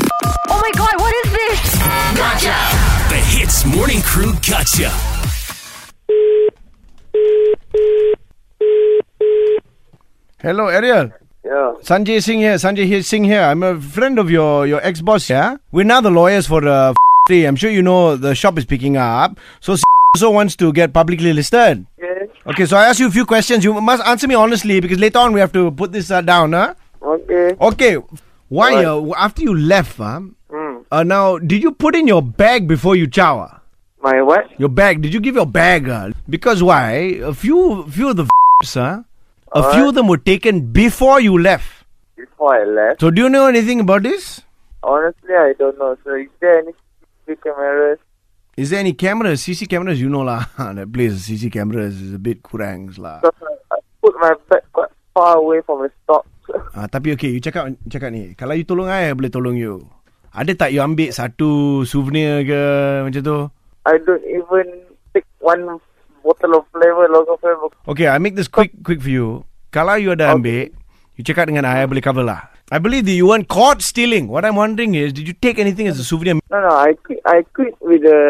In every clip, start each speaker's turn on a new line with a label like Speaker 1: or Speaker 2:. Speaker 1: Oh my god, what is this?
Speaker 2: The Hits Morning Crew Gotcha.
Speaker 3: Hello, Ariel.
Speaker 4: Yeah.
Speaker 3: Sanjay Singh here. Sanjay here, Singh here. I'm a friend of your, your ex boss, yeah? We're now the lawyers for uh, i I'm sure you know the shop is picking up. So, also wants to get publicly listed.
Speaker 4: Yes.
Speaker 3: Okay, so I ask you a few questions. You must answer me honestly because later on we have to put this uh, down, huh?
Speaker 4: Okay.
Speaker 3: Okay, why,
Speaker 4: Alright.
Speaker 3: uh, w- after you left, huh?
Speaker 4: Mm.
Speaker 3: Uh, now, did you put in your bag before you chow? ah?
Speaker 4: My what?
Speaker 3: Your bag? Did you give your bag? Uh, because why? A few, few of the f***s, huh? A few of them were taken before you left.
Speaker 4: Before I left.
Speaker 3: So, do you know anything about this?
Speaker 4: Honestly, I don't know. So is there any CCTV cameras?
Speaker 3: Is there any cameras? CC cameras? You know lah, that place CC cameras is a bit kurangs lah.
Speaker 4: Because I I put my bag quite far away from the stop.
Speaker 3: Ah, tapi okay, you cakap cakap ni. Kalau you tolong I, I boleh tolong you. Ada tak you ambil satu souvenir ke macam tu?
Speaker 4: I don't even take one bottle of flavor, logo flavor.
Speaker 3: Okay, I make this quick quick for you. Kalau you ada ambil, you cakap dengan I, I boleh cover lah. I believe that you weren't caught stealing. What I'm wondering is, did you take anything as a souvenir?
Speaker 4: No, no. I quit. I quit with the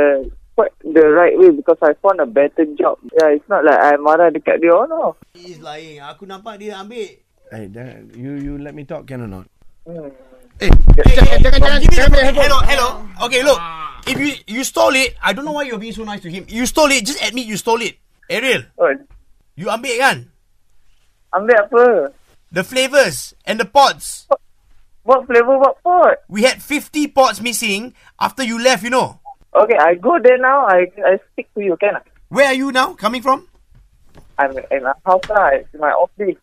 Speaker 4: quite the right way because I found a better job. Yeah, it's not like I marah dekat dia. Oh no.
Speaker 5: Is lying. Aku nampak dia ambil.
Speaker 3: Hey, jangan- you you let me talk, can or not?
Speaker 5: Give me the Ah. phone. Hello, hello. Okay, look. If you you stole it, I don't know why you're being so nice to him. You stole it. Just admit you stole it. Ariel,
Speaker 4: Oh,
Speaker 5: you ambil kan?
Speaker 4: ambil apa?
Speaker 5: The flavors and the pots.
Speaker 4: What flavor? What pot?
Speaker 5: We had 50 pots missing after you left, you know.
Speaker 4: Okay, I go there now. I I speak to you. Can I?
Speaker 5: Where are you now coming from?
Speaker 4: I'm in a house lah, it's my office.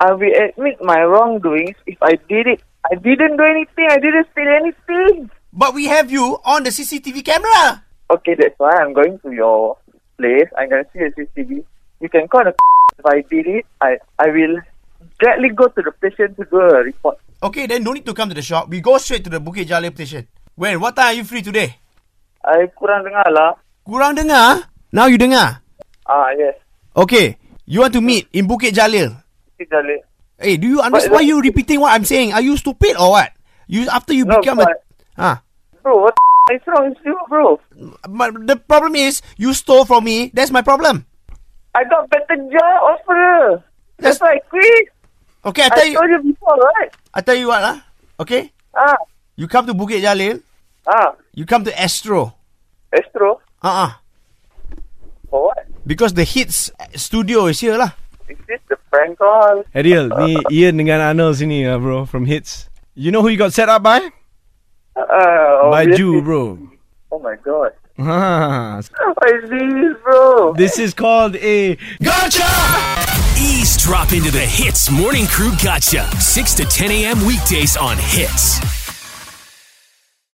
Speaker 4: I will admit my wrongdoings if I did it. I didn't do anything. I didn't steal anything.
Speaker 5: But we have you on the CCTV camera.
Speaker 4: Okay, that's why I'm going to your place. I'm gonna see the CCTV. You can call the if I did it. I I will gladly go to the station to do a report.
Speaker 5: Okay, then no need to come to the shop. We go straight to the Bukit Jalil station. When? What time are you free today?
Speaker 4: I kurang dengar lah.
Speaker 5: Kurang dengar? Now you dengar?
Speaker 4: Ah yes,
Speaker 5: Okay, you want to meet in Bukit Jalil.
Speaker 4: it's a late.
Speaker 5: Hey, do you understand
Speaker 4: But-
Speaker 5: why you repeating what I'm saying? Are you stupid or what? You after you
Speaker 4: No,
Speaker 5: become
Speaker 4: but-
Speaker 5: a ah,
Speaker 4: Bro, what the is wrong with you, bro?
Speaker 5: but the problem is you stole from me. That's my problem.
Speaker 4: I got better job offer. That's
Speaker 5: That's-
Speaker 4: why I quit.
Speaker 5: Okay, I tell
Speaker 4: I
Speaker 5: you,
Speaker 4: told you before, right?
Speaker 5: I tell you what, ah, okay.
Speaker 4: Ah
Speaker 5: You come to Bukit Jalil,
Speaker 4: ah,
Speaker 5: you come to Astro,
Speaker 4: Astro,
Speaker 5: uh uh
Speaker 4: for what?
Speaker 5: because the hits studio is here lah.
Speaker 4: Is this the prank call?
Speaker 3: Ariel, ni Ian dengan Anil sini, uh, bro, from Hits. You know who you got set up by?
Speaker 4: Uh,
Speaker 3: By
Speaker 4: obviously-
Speaker 3: Jew, bro.
Speaker 4: Oh my god.
Speaker 3: Ah,
Speaker 4: What is this, bro?
Speaker 3: this is called a
Speaker 2: Eavesdrop into the Hits Morning Crew Gotcha. 6 to 10 a.m. weekdays on Hits.